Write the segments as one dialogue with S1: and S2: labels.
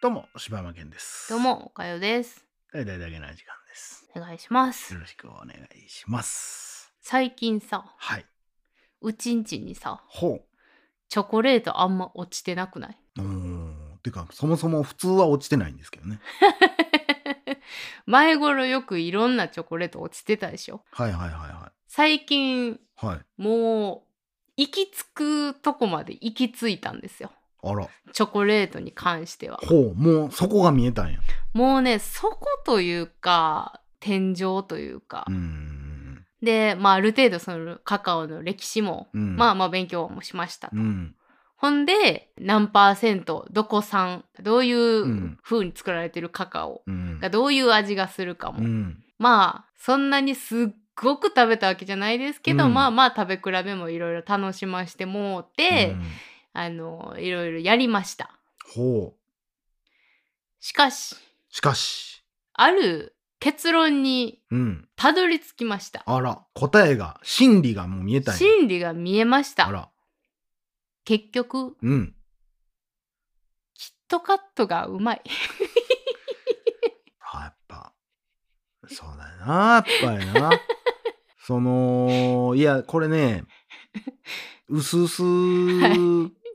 S1: どうも、柴山健です。
S2: どう。も、おかよです。
S1: 大々だけな時間です。
S2: お願いします
S1: よ。ろしくお願いします。
S2: 最近さ、
S1: はい。
S2: うちんちにさ、
S1: ほ
S2: チョコレートあんま落ちてなくない
S1: う。うーん。てか、そもそも普通は落ちてないんですけどね。
S2: 前頃よくいろんなチョコレート落ちてたでしょ。
S1: はいはいは
S2: 最近、
S1: いはい。はい。
S2: もう、行き着くとこまで行き着いたんですよ。
S1: あら。
S2: チョコレートに関しては。
S1: ほう。もう、そこが見えたんや。
S2: もうね、そこというか、天井というか。
S1: うーん。
S2: で、まあ、ある程度そのカカオの歴史も、
S1: うん。
S2: まあ
S1: あ。
S2: まあ勉強もしましたと。
S1: うん。
S2: ほんで何パーセントどこ産どうい
S1: ん
S2: う風に作られてるカカオ
S1: うん。
S2: がどういう味がするかも、
S1: うん。
S2: まあそんなにすっごく食べたわけじゃないですけど、
S1: うん
S2: まあまあ食べ比べもいろいろ楽しましてもうて、
S1: うん
S2: あのいろいろやりました
S1: ほう。
S2: しかし
S1: しかし。
S2: ある結論に
S1: うん。
S2: たどり着きました
S1: あら。答えが、真理がもう見えたんや。
S2: 真理が見えまし
S1: あ
S2: た
S1: ら。
S2: 結局
S1: うん。
S2: キットカットが うまい
S1: あやっぱ、そうだよな、やっぱり な。その、いや、これね、うすうす、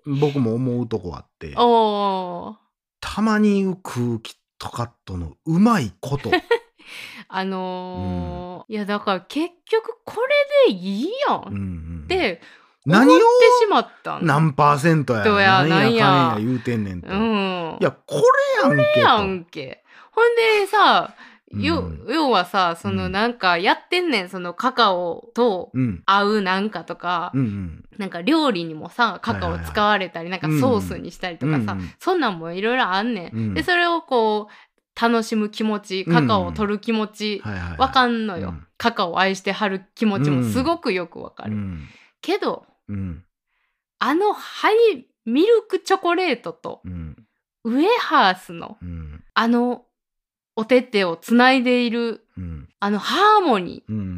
S1: 僕も思うとこあって、
S2: おー
S1: たまに食うキットカットのうまい こと。
S2: あのーいやだから結局これでいいや
S1: うん
S2: ん
S1: うん
S2: って思っ
S1: 何
S2: て
S1: を
S2: しまったん
S1: 何パーセントや、
S2: どう
S1: な
S2: や
S1: んやかん
S2: な
S1: や
S2: んや
S1: 言うてんねんと。
S2: うん
S1: い、や、これやんけと。
S2: やんけほんでさ、よ
S1: うん
S2: 要はさそうの
S1: ん
S2: なんかやってんねんそのカカオと
S1: うん。
S2: 合うなんかとか、
S1: うんうん。
S2: なんか料理にもさカカオ使われたり、
S1: いはい
S2: なんかソースにしたりとかさ、
S1: うんうん
S2: そんなんもいろいろあんねん、
S1: うん
S2: でそれをこう楽しむ気持ちカカオを取る気持ち、
S1: はいはい、はい。
S2: わかんのよ、
S1: うん
S2: カカオを愛してはる気持ちもすごくよくわかる、
S1: うん。
S2: けど
S1: うん。
S2: あのハイミルクチョコレートと
S1: うん。
S2: ウエハースの
S1: うん。
S2: あのおててをつないでいる
S1: うん。
S2: あのハーモニー
S1: うん。うん。うん。う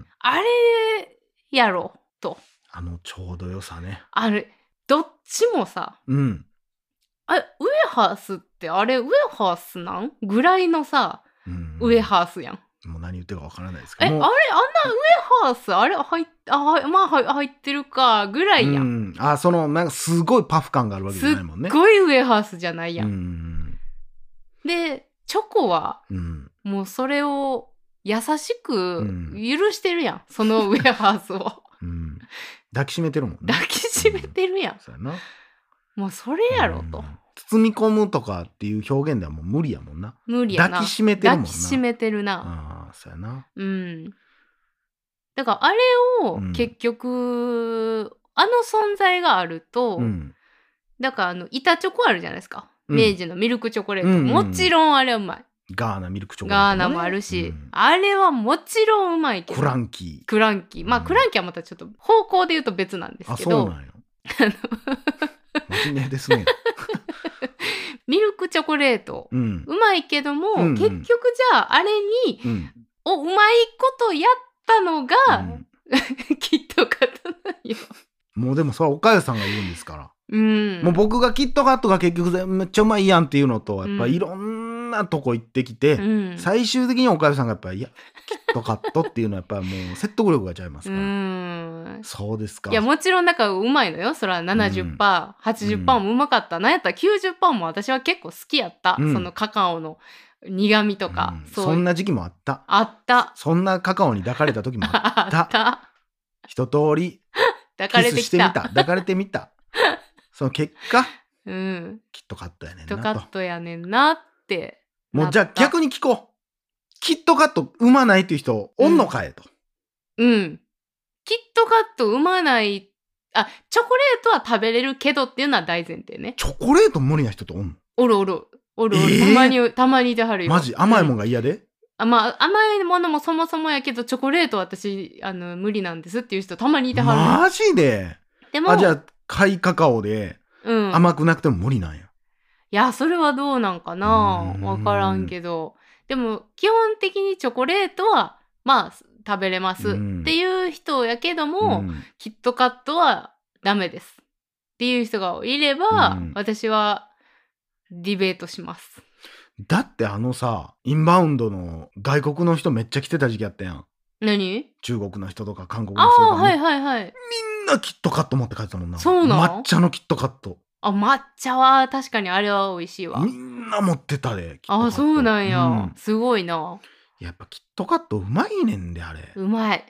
S1: ん。
S2: あれやろと
S1: あの、ちょうど良さね。
S2: あれどっちもさ
S1: うん。
S2: あウエハースってあれウエハースなんぐらいのさ
S1: うん
S2: ウエハースやん。
S1: もう何言ってるかわからないですけ
S2: えあ
S1: ど
S2: れあん
S1: も
S2: なウエハースあれ入っあはいまあはい入ってるかぐらいや。
S1: うんん、あそのなんかすごいパフ感があるわけじ
S2: す
S1: ゃ
S2: っ
S1: ないもんね
S2: ごいウエハースじゃないやん
S1: う。ん
S2: でチョコは
S1: うん
S2: もうそれを優しく
S1: うん
S2: 許してるやん、そ のウェハースを
S1: うん抱きしめてるもんね
S2: 抱きしめてるやん、
S1: そうやな
S2: もうそれやろと、
S1: うん包み込むとかっていう表現ではもう無理やもんな
S2: 無理やな
S1: 抱きしめてるもんな
S2: 抱きしめてるな
S1: ああそうやな
S2: うん、だからあれを
S1: うん
S2: 結局、あの存在があると、
S1: うん
S2: だからあの板チョコあるじゃないですか、
S1: うん
S2: 明治のミルクチョコレート、
S1: うんうんうん
S2: もちろんあれはうまい、
S1: ガーナミルクチョコレー
S2: ガー
S1: トね
S2: ナもあるし、
S1: うん
S2: あれはもちろんうまいけど
S1: クランキ
S2: クランキー。まあ、
S1: うん
S2: クランキーはまたちょっと方向で言うと別なんで
S1: ーあ
S2: す
S1: そ
S2: け
S1: う
S2: ど
S1: な、んよ真面目ですね
S2: ミルクチョコレート、
S1: うん
S2: うまいけども、
S1: うんうん
S2: 結局じゃあ、あれに、
S1: うん
S2: お、うまいことやったのが、
S1: うん
S2: きっとかったのよ。
S1: もうでもそれはおかゆさんが言うんですから
S2: うん。
S1: もう僕がキットカットが結局めっちゃうまいやんっていうのとやっぱ
S2: うん
S1: いろんなとこ行ってきて、
S2: うん、
S1: 最終的におかゆさんがやっぱいやキットカットっていうのはやっぱもう説得力がちゃいます
S2: う
S1: から、
S2: ん。
S1: そうですか
S2: いや、もちろん、だからうまいのよ。それは
S1: うん
S2: 70%、80%もうまかった。なんやったら90%も私は結構好きやった。
S1: うん
S2: そのカカオの苦味とか
S1: う、ん
S2: そう
S1: そんな時期もあった
S2: あった。
S1: そんなカカオに抱かれた時も あっ
S2: あった。
S1: た一通り
S2: 抱
S1: キ
S2: かれ
S1: ス
S2: て
S1: し
S2: き
S1: てみ
S2: た。
S1: た抱かれてみたその結果
S2: うん。
S1: キットカットやねん
S2: キットカ
S1: なと
S2: ットやねんなって
S1: もうじゃあ
S2: なった
S1: 逆に聞こうキットカット産まないっていう人おんのかえと、
S2: うんキットカット生まないあチョコレートは食べれるけどっていうのは大前提ね
S1: チョコレート無理な人とおんの
S2: おるおるおるおる、
S1: えー
S2: たまにたまにいてはるよ
S1: マジ甘いもんが
S2: が、
S1: 嫌で、
S2: あまあ甘いものもそもそもやけどチョコレートは私あの無理なんですっていう人たまにいてはる、
S1: マジで
S2: でも
S1: あじゃあ貝カカオで
S2: うん、
S1: 甘くなくても無理なんや、
S2: いやそれはどうなんかな
S1: うん
S2: 分からんけどでも基本的にチョコレートはまあ食べれます
S1: うん
S2: っていう人やけど
S1: う
S2: も、
S1: ん
S2: キットカットはダメですっていう人がいれば、
S1: うん
S2: 私はディベートします。
S1: だってあのさ、インバウンドの外国の人めっちゃ来てた時期やったやん。
S2: 何
S1: 中国の人とか韓国
S2: あ
S1: の人と
S2: あ、
S1: かも、
S2: はいはいはい。
S1: みんなキットカット持って帰ってたもんな。
S2: そうなの
S1: 抹茶のキットカット。
S2: あ、抹茶は確かにあれは美味しいわ
S1: み。んな持ってたで。
S2: ああ、そうなんや。
S1: うん
S2: すごいな。
S1: やっぱキットカットうまいねんで、あれ。
S2: うまい。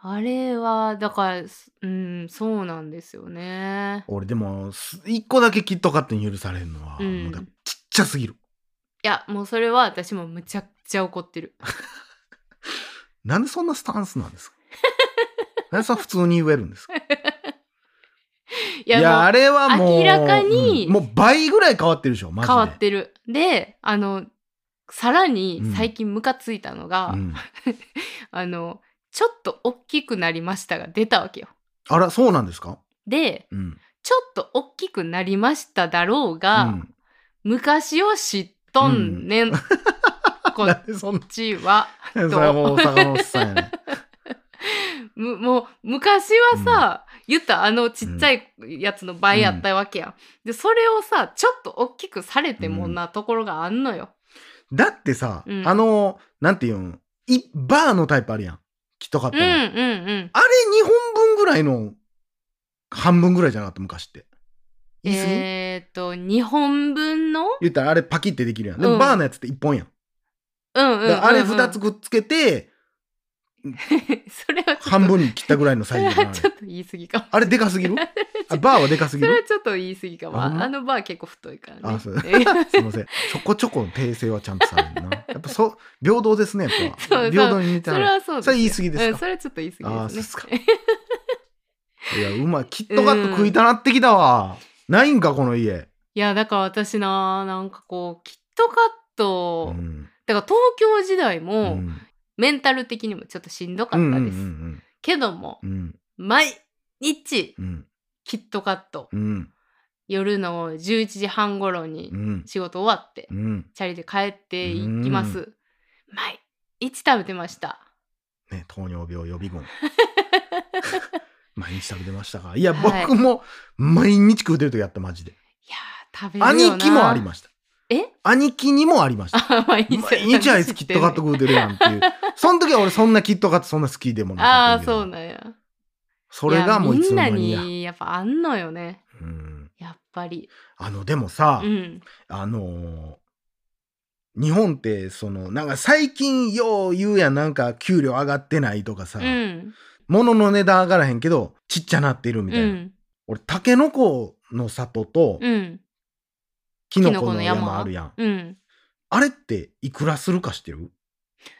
S2: あれは、だから、すうん、そうなんですよね。
S1: 俺でも、す一個だけキットカットに許されるのは、
S2: うん
S1: もうだちっちゃすぎる。
S2: いや、もうそれは私もむちゃくちゃ怒ってる。
S1: なんでそんなスタンスなんですか なんでそんな普通に言えるんですか
S2: い
S1: いや、
S2: もう
S1: あれはもう、
S2: 明らかに
S1: うんもう倍ぐらい変わってるでしょ、マジで。
S2: 変わってる。で、あの、さらに
S1: うん
S2: 最近ムカついたのが、
S1: うん
S2: あの、ちょっと大きくなりましたが出たわけよ。
S1: あら、そうなんですか
S2: で、
S1: うん。
S2: ちょっと大きくなりましただろうが、
S1: うん
S2: 昔を知っとんねん。 こ
S1: な
S2: っ
S1: んでそんな、
S2: ちは。
S1: それはもう大阪のおっさんや ね。
S2: むもう昔はさ、言ったらあのちっちゃいやつの倍やったわけやん。で、それをさ、ちょっと大きくされてもんなところがあんのよ。
S1: だってさ、
S2: うん
S1: あの、なんていうん、いバーのタイプあるやん。キットカッ
S2: う
S1: ト
S2: ん、う
S1: の。
S2: ん、
S1: あれ
S2: うん。
S1: 2本分ぐらいの半分ぐらいじゃなかった、昔って。言い過ぎ、
S2: えーっと、2本分の
S1: 言ったらあれパキってできるやん。でも
S2: うん
S1: バーのやつって1本やん。
S2: うんうんうんうん、
S1: だからあれ2つくっつけて、
S2: それはちょっと
S1: 半分に切ったぐらいの
S2: そ
S1: サイズ
S2: れ
S1: やなあ
S2: は
S1: れ
S2: ちょっと言い過ぎかも
S1: あれでか すぎるあバーはでかす
S2: そ
S1: ぎ
S2: れは
S1: る
S2: ちょっと言い過ぎかも
S1: あほんま
S2: あのバー結構太いからね
S1: あそう
S2: そ
S1: すいません。ちょこちょこ訂正はちゃんとされるな。 やっぱそう、平等ですね、やっ
S2: そうそ
S1: ぱ。
S2: う
S1: 平等に似て
S2: れ
S1: る。
S2: はそうです
S1: それ言い過ぎですか
S2: うん、それはちょっ と言い過ぎですね
S1: あーそうっすかいや、うまい。キットカット食いたなってきたわ。ないんか、この家。
S2: いやだから私ななんかこうキットカッ
S1: う
S2: ト、
S1: ん。
S2: だから東京時代
S1: う
S2: も、
S1: ん。
S2: メンタル的にもちょっとしんどか
S1: うん。う
S2: った
S1: ん
S2: です、
S1: うん
S2: けども
S1: うん。
S2: 毎日
S1: うん。
S2: キットカット、
S1: うん。
S2: 夜の11時半頃に
S1: うん。
S2: 仕事終わって、
S1: うん。
S2: チャリで帰っていきます。毎日食べてました。
S1: ね、糖尿病予備 軍。毎日食べてましたかいや、
S2: はい
S1: 僕も毎日食うてるとやった、マジで。
S2: いやー食べるよな。
S1: 兄貴もありました。
S2: え
S1: 兄貴にもありました。
S2: あ 毎日
S1: 毎日あいつキットカット食うてるやんって いう。その時は俺そんなキットカットそんな好きでもなかっ
S2: ああ
S1: たけど。
S2: そうなんや。
S1: それがもうい
S2: や
S1: つ
S2: みん
S1: の間
S2: な
S1: にや。
S2: にやっぱあんのよね。
S1: うん
S2: やっぱり。
S1: あの、でもさ、
S2: うん。
S1: あのー日本ってそのなんか最近よう言うやんなんか給料上がってないとかさ、
S2: うん。
S1: 物の値段上がらへんけどちっちゃなってるみた
S2: う
S1: いな、
S2: ん。
S1: 俺タケノコの里と
S2: うん。
S1: キノコ
S2: キノコの
S1: の
S2: 山
S1: 山あるやん、
S2: うん。
S1: あれっていくらするかしてる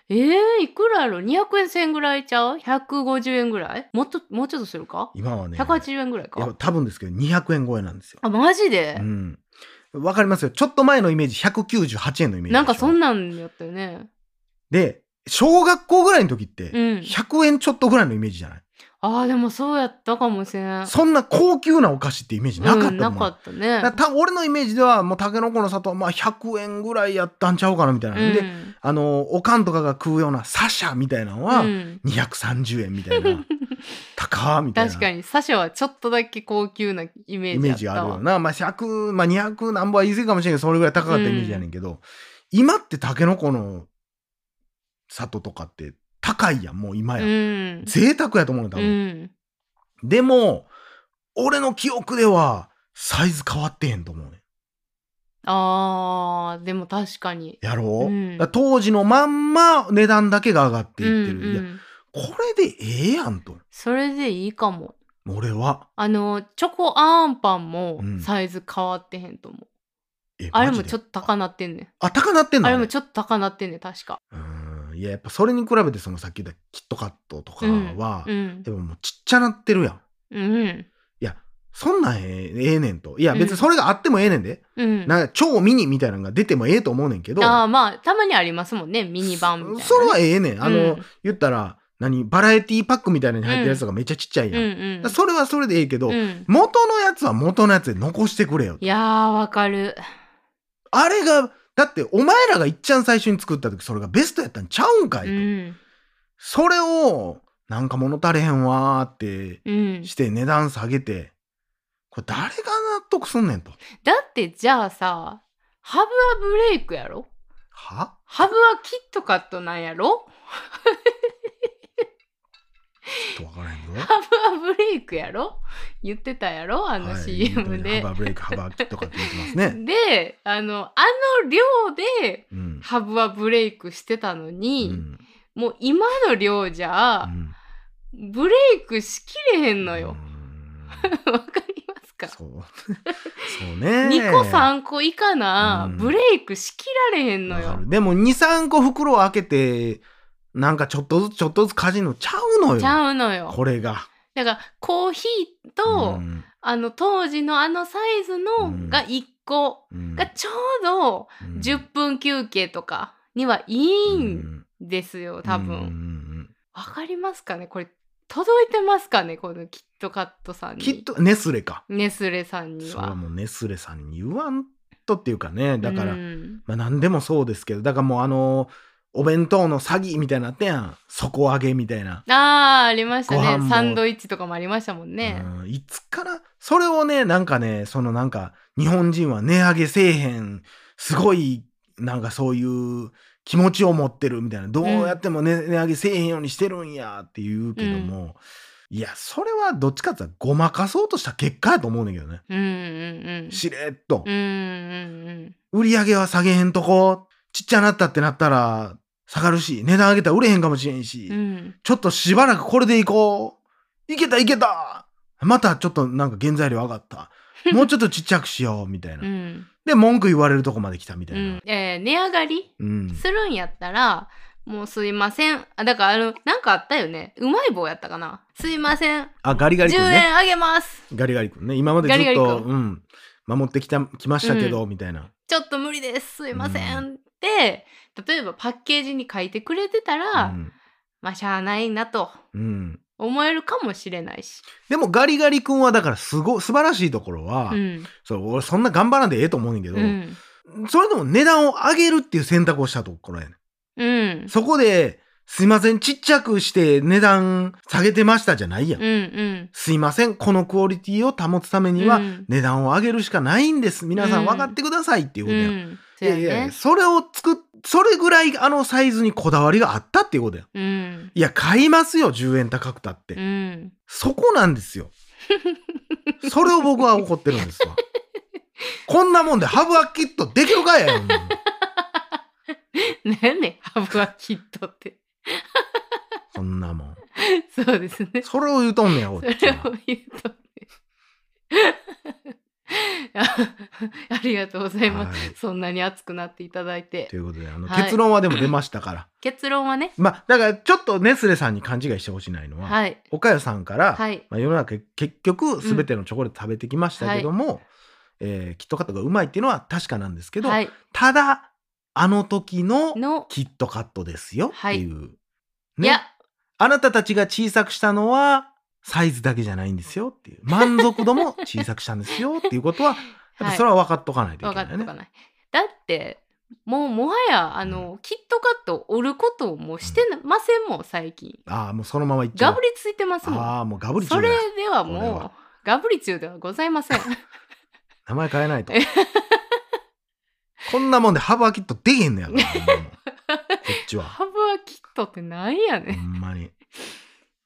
S2: えー、いくらやろ ?200 円1000円ぐらいちゃう ?150 円ぐらいもっと、もうちょっとするか
S1: 今はね
S2: ?180 円ぐらい
S1: いや
S2: か。
S1: 多分ですけど200円超えなんですよ
S2: あ、マジで
S1: う、んわかりますよちょっと前のイメージ198円のイメージでしょ
S2: なんかそんなんやったよね。
S1: で小学校ぐらいの時って
S2: うん
S1: 100円ちょっとぐらいのイメージじゃない、
S2: ああ、でもそうやったかもしれん。
S1: そんな高級なお菓子ってイメージなかったも
S2: うんん、
S1: な
S2: なかったね。
S1: だから多分俺のイメージではもうタケノコの里はまあ100円ぐらいやったんちゃうかなみたいな、ん、
S2: う
S1: で
S2: ん
S1: あのおかんとかが食うようなサシャみたいなのは
S2: うん
S1: 230円みたい な、高ーみたいな
S2: 確かにサシャはちょっとだけ高級なイメ
S1: イメー
S2: ー
S1: ジ
S2: ジ
S1: が
S2: あ
S1: あ
S2: った
S1: る
S2: わ
S1: よな、まあ、100、まあ、200何本は言い過ぎかもしれんけどそれぐらい高かったイメージやねんけど、今ってタケノコの里とかって高いやんもう今や、
S2: うん
S1: 贅沢やと思うの多分、
S2: うん
S1: でも俺の記憶ではサイズ変わってへんと思うねん
S2: あーでも確かに
S1: やろう、
S2: うん
S1: だから当時のまんま値段だけが上がっていってる、
S2: うんうん
S1: いやこれでええやんと
S2: それでいいかも
S1: 俺は
S2: あのチョコアンパンも
S1: うん
S2: サイズ変わってへんと思う、
S1: え
S2: あれ
S1: マ
S2: も
S1: ジで
S2: ちょっと高なってんねん
S1: あ高なってんの
S2: あれもちょっと高なってんねん確か
S1: うんいややっぱそれに比べてそのさっき言ったキットカットとかは、
S2: うん
S1: でももうちっちゃなってるやん
S2: うん
S1: そんなんええええねんといや別
S2: うん
S1: にそれがあってもええねんで、
S2: うん
S1: なんか超ミニみたいなのが出てもええと思うねんけど
S2: あーまあたまにありますもんねミニ版みたいなね、
S1: そそれはええねんあの、
S2: うん
S1: 言ったら何バラエティパックみたいなのに入ってるやつとかめっちゃちっちゃいやん、
S2: う
S1: だか
S2: んうん
S1: らそれはそれでええけど、
S2: うん
S1: 元のやつは元のやつで残してくれよと
S2: いやーわかる
S1: あれが、だってお前らがいっちゃん最初に作った時それがベストやったんちゃうんかいと。
S2: うん
S1: それを、なんか物足りへんわーって
S2: うん
S1: して値段下げて、ここれ誰が納得すんねんと。
S2: だってじゃあさ、ハブはブレイクやろ
S1: は
S2: ハブはキットカットなんやろ
S1: ちょっとわからへんぞ。
S2: ハブはブレイクやろ言ってたやろあの
S1: はい
S2: CM で。
S1: ハバブレイク、ハバキとかって言ってますね。
S2: で、あの、あの量で、
S1: うん。
S2: ハブはブレイクしてたの
S1: う
S2: に、
S1: ん
S2: もう今の量じゃ、
S1: うん
S2: ブレイクしきれへんのよ。わ、かります
S1: う
S2: か
S1: んそう。 そうね。
S2: 2個3個以下な、
S1: うん
S2: ブレイクしきられへんの
S1: わか
S2: よ。
S1: るでも23個袋を開けてなんかちょっとずつちょっとずつかじんのちゃうのよ
S2: ちゃうのよ。
S1: これが。
S2: だからコーヒーと、
S1: うん
S2: あの当時のあのサイズ
S1: う
S2: の
S1: ん
S2: が1個
S1: うん
S2: がちょうど
S1: うん
S2: 10分休憩とかにはいいんですよ多
S1: うんうんう
S2: 分。
S1: ん
S2: わかりますかねこれ届いてますかねこのキットカットさんに。
S1: きっとネスレか。
S2: ネスレさんに
S1: それは
S2: は。
S1: もうネスレさんに言わんとっていうかねだから、
S2: うん
S1: まあ何でもそうですけどだからもうあのお弁当の詐欺みたいになってやん底上げみたいな。
S2: ああありました
S1: ご飯
S2: ね
S1: も
S2: サンドイッチとかもありましたもんね。
S1: うん、いつからそれをねなんかねそのなんか日本人は値上げせえへんすごいなんかそういう気持ちを持ってるみたいなどうやっても、ね値上げせえへんようにしてるんやって言うけども、いやそれはどっちかって言ったらごまかそうとした結果やと思うねんだけどね、
S2: うんうんうん。
S1: しれっと
S2: うん、うんうん。
S1: 売り上げは下げへんとこちっちゃなったってなったら下がるし値段上げたら売れへんかもしれんし、
S2: うん
S1: ちょっとしばらくこれでいこう。いけたいけたまたちょっとなんか原材料上が った。もうちょっとちっちゃくしよう、みたいな。
S2: うん
S1: で、文句言われるとこまで来たみた
S2: う
S1: いな。
S2: んえー値上がり
S1: うん。
S2: するんやったら、もうすいませんあだからあのなんかあったよねうまい棒やったかなすいません、
S1: あ、ガリガリ
S2: 10
S1: 君ね。
S2: 円あげます
S1: ガリガリ君ね。今までずっと、
S2: ガリガリ
S1: うん。守ってきた、きましたけど、みたいな。
S2: ちょっと無理ですすいません、
S1: う
S2: って例えばパッケージに書いてくれてた
S1: う
S2: ら、
S1: ん。
S2: まあしゃあないなと
S1: うん。
S2: 思えるかもしれないし、
S1: でもガリガリ君はだからすご、素晴らしいところは、
S2: うん
S1: そう、俺そんな頑張らんでええと思うねんけど、
S2: うん
S1: それでも値段を上げるっていう選択をしたところやねん。
S2: うん、
S1: そこで、すいません、ちっちゃくして値段下げてましたじゃないやん
S2: うんうん
S1: すいません、このクオリティを保つために
S2: う
S1: は
S2: ん
S1: 値段を上げるしかないんです。皆さ
S2: うんん
S1: 分かってくださいっていう
S2: う
S1: ことやん。
S2: ん
S1: い
S2: そう
S1: や
S2: や
S1: いやいや
S2: ね
S1: それを作っ、それぐらいあのサイズにこだわりがあったっていうことやん。
S2: うん
S1: いや、買いますよ、10円高くたって。
S2: うん
S1: そこなんです よ。それを僕は怒ってるんですわ。こんなもんでハブはきっとできるかやよ。もう
S2: 何やねんハブはきっとって
S1: こんなもん。
S2: そうですね
S1: それを言うとんねや、こ
S2: そ
S1: っ
S2: れ
S1: ちは
S2: を言うとねあ ありがとうございます、
S1: はい
S2: そんなに熱くなっていただいて
S1: ということで、あの、
S2: はい
S1: 結論はでも出ましたから。
S2: 結論はね
S1: まあ、だからちょっとネスレさんに勘違いしてほしないのは、
S2: はい
S1: 岡谷さんから、
S2: はい
S1: まあ、世の中結局全てのチョコレート食べてきましたけども、えーキットカットがうまいっていうのは確かなんですけど、
S2: はい
S1: ただあの時の
S2: の、
S1: キットカットですよっていう、
S2: いや
S1: あなたたちが小さくしたのはサイズだけじゃないんですよ っていう満足度も小さくしたんですよっていうことはやっぱそれは分かっとかないといけ
S2: 分か
S1: ない
S2: っと
S1: ね。
S2: かないだってもうもはやあの、キットカットを折ることをもうしてなませんもん最近
S1: ああもうそのままいっちゃ
S2: ガ
S1: う
S2: ブ。リついてますもん
S1: ああもうガブリチュ
S2: そ
S1: ウだ
S2: れでは
S1: これ
S2: も
S1: は
S2: うガブリ中ではございません
S1: 名前変えないと。こんなもんでハブはきっとできへんのやからほんまもうこっち は。
S2: ハブはキットってなんや
S1: ほ
S2: ねん
S1: んまに。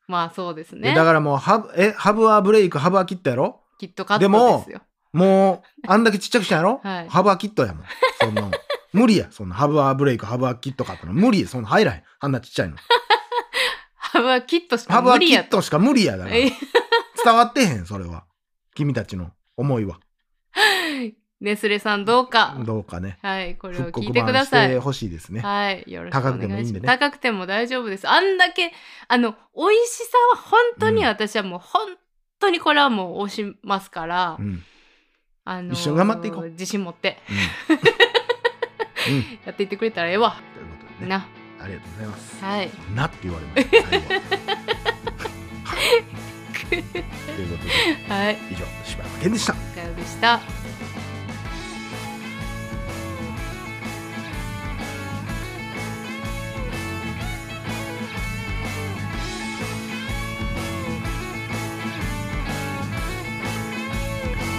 S2: まあそうです
S1: で
S2: ね
S1: だからもうハブ、え、ハブはブレイク、ハブはキットやろ
S2: キットカッ
S1: でも
S2: トですよ
S1: もう、あんだけちっちゃくしたんやろ、
S2: はい
S1: ハブはキットやもん。そんなもん。 無理や。そんなハブはブレイク、ハブはキットかっての無理や。そんな入らへん。あんなちっちゃいの。
S2: ハブはキットし
S1: ハ
S2: か
S1: ブは
S2: 無
S1: キ
S2: 理や
S1: ッ
S2: と
S1: トしか無理やだから。
S2: え
S1: 伝わってへん、それは。君たちの思いは。
S2: ネスレさんどうか。
S1: どうかね。
S2: はい、これを
S1: 復
S2: 聞
S1: 刻
S2: いてくだ
S1: 版し
S2: さ
S1: て
S2: い。
S1: ほしいですね。
S2: はい、よろしくお
S1: 高くても
S2: 願
S1: い
S2: い
S1: いん
S2: し
S1: で
S2: ます。
S1: ね
S2: 高くても大丈夫です。あんだけ、あの、美味しさは本当
S1: う
S2: に
S1: ん
S2: 私はもう本当にこれはもう押しますから
S1: う、ん。
S2: あのー
S1: 一緒に頑張っていこう
S2: 自信持って
S1: うん。うん。という
S2: やっていってくれたらええわ。
S1: ことでね。
S2: な、
S1: ありがとうございます。
S2: はい。
S1: なって言われました最後ということで
S2: はい、
S1: 以上柴山健でした
S2: お疲れでした。
S3: 「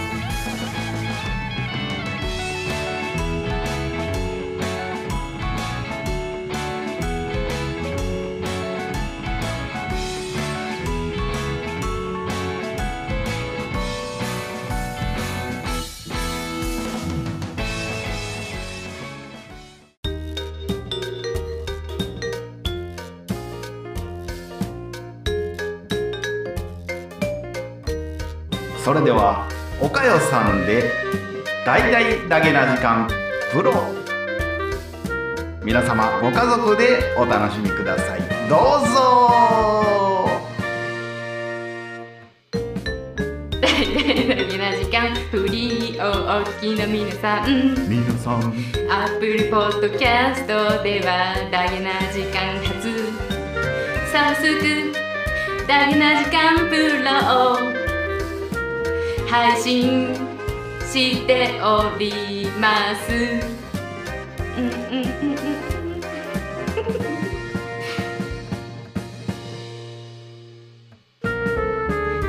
S3: それではおかよさんで大々だけな時間プロ皆様ご家族でお楽しみくださいどうぞ
S2: 大な時間フリーをお聞きの皆さん
S3: 皆さん
S2: アップルポッドキャストではダゲな時間発早速ダゲな時間プロを配信しておりますうんうんうんうん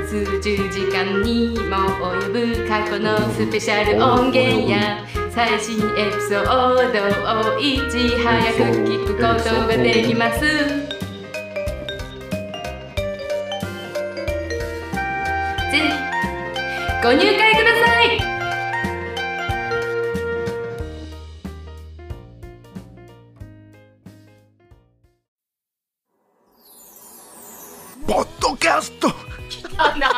S2: 数十時間にも及ぶ過去のスペシャル音源や最新エピソードをいち早く聞くことができますぜひご入会ください
S1: ポッドキャスト
S2: あな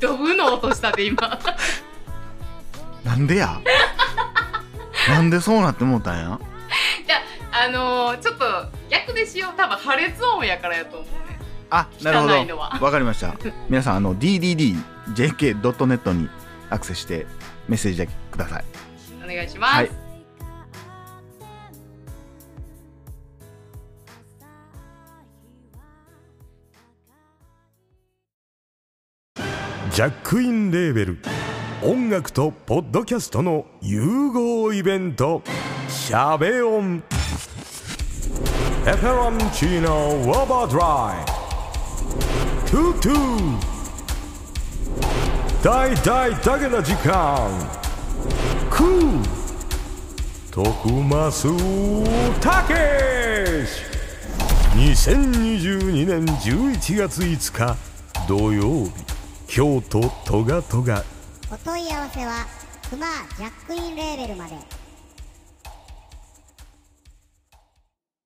S2: ドブの音したで今
S1: なんでやなんでそうなってもうたんや
S2: いやあのーちょっと逆でしよう多分破裂音やからやと思うね
S1: あなるほ
S2: 汚いの
S1: ど
S2: は
S1: わかりました 皆さんあの DDDJK.net にアクセスしてメッセージだけください
S2: お願いします、
S1: はい
S4: ジャックインレーベル音楽とポッドキャストの融合イベント「シャベオン」「エフェロンチーノウォーバードライ」「トゥトゥ」「大大だけな時間」「クー」「徳マスたけし」2022年11月5日土曜日京都トガトガ
S5: お問い合わせはクマージャックインレーベルまで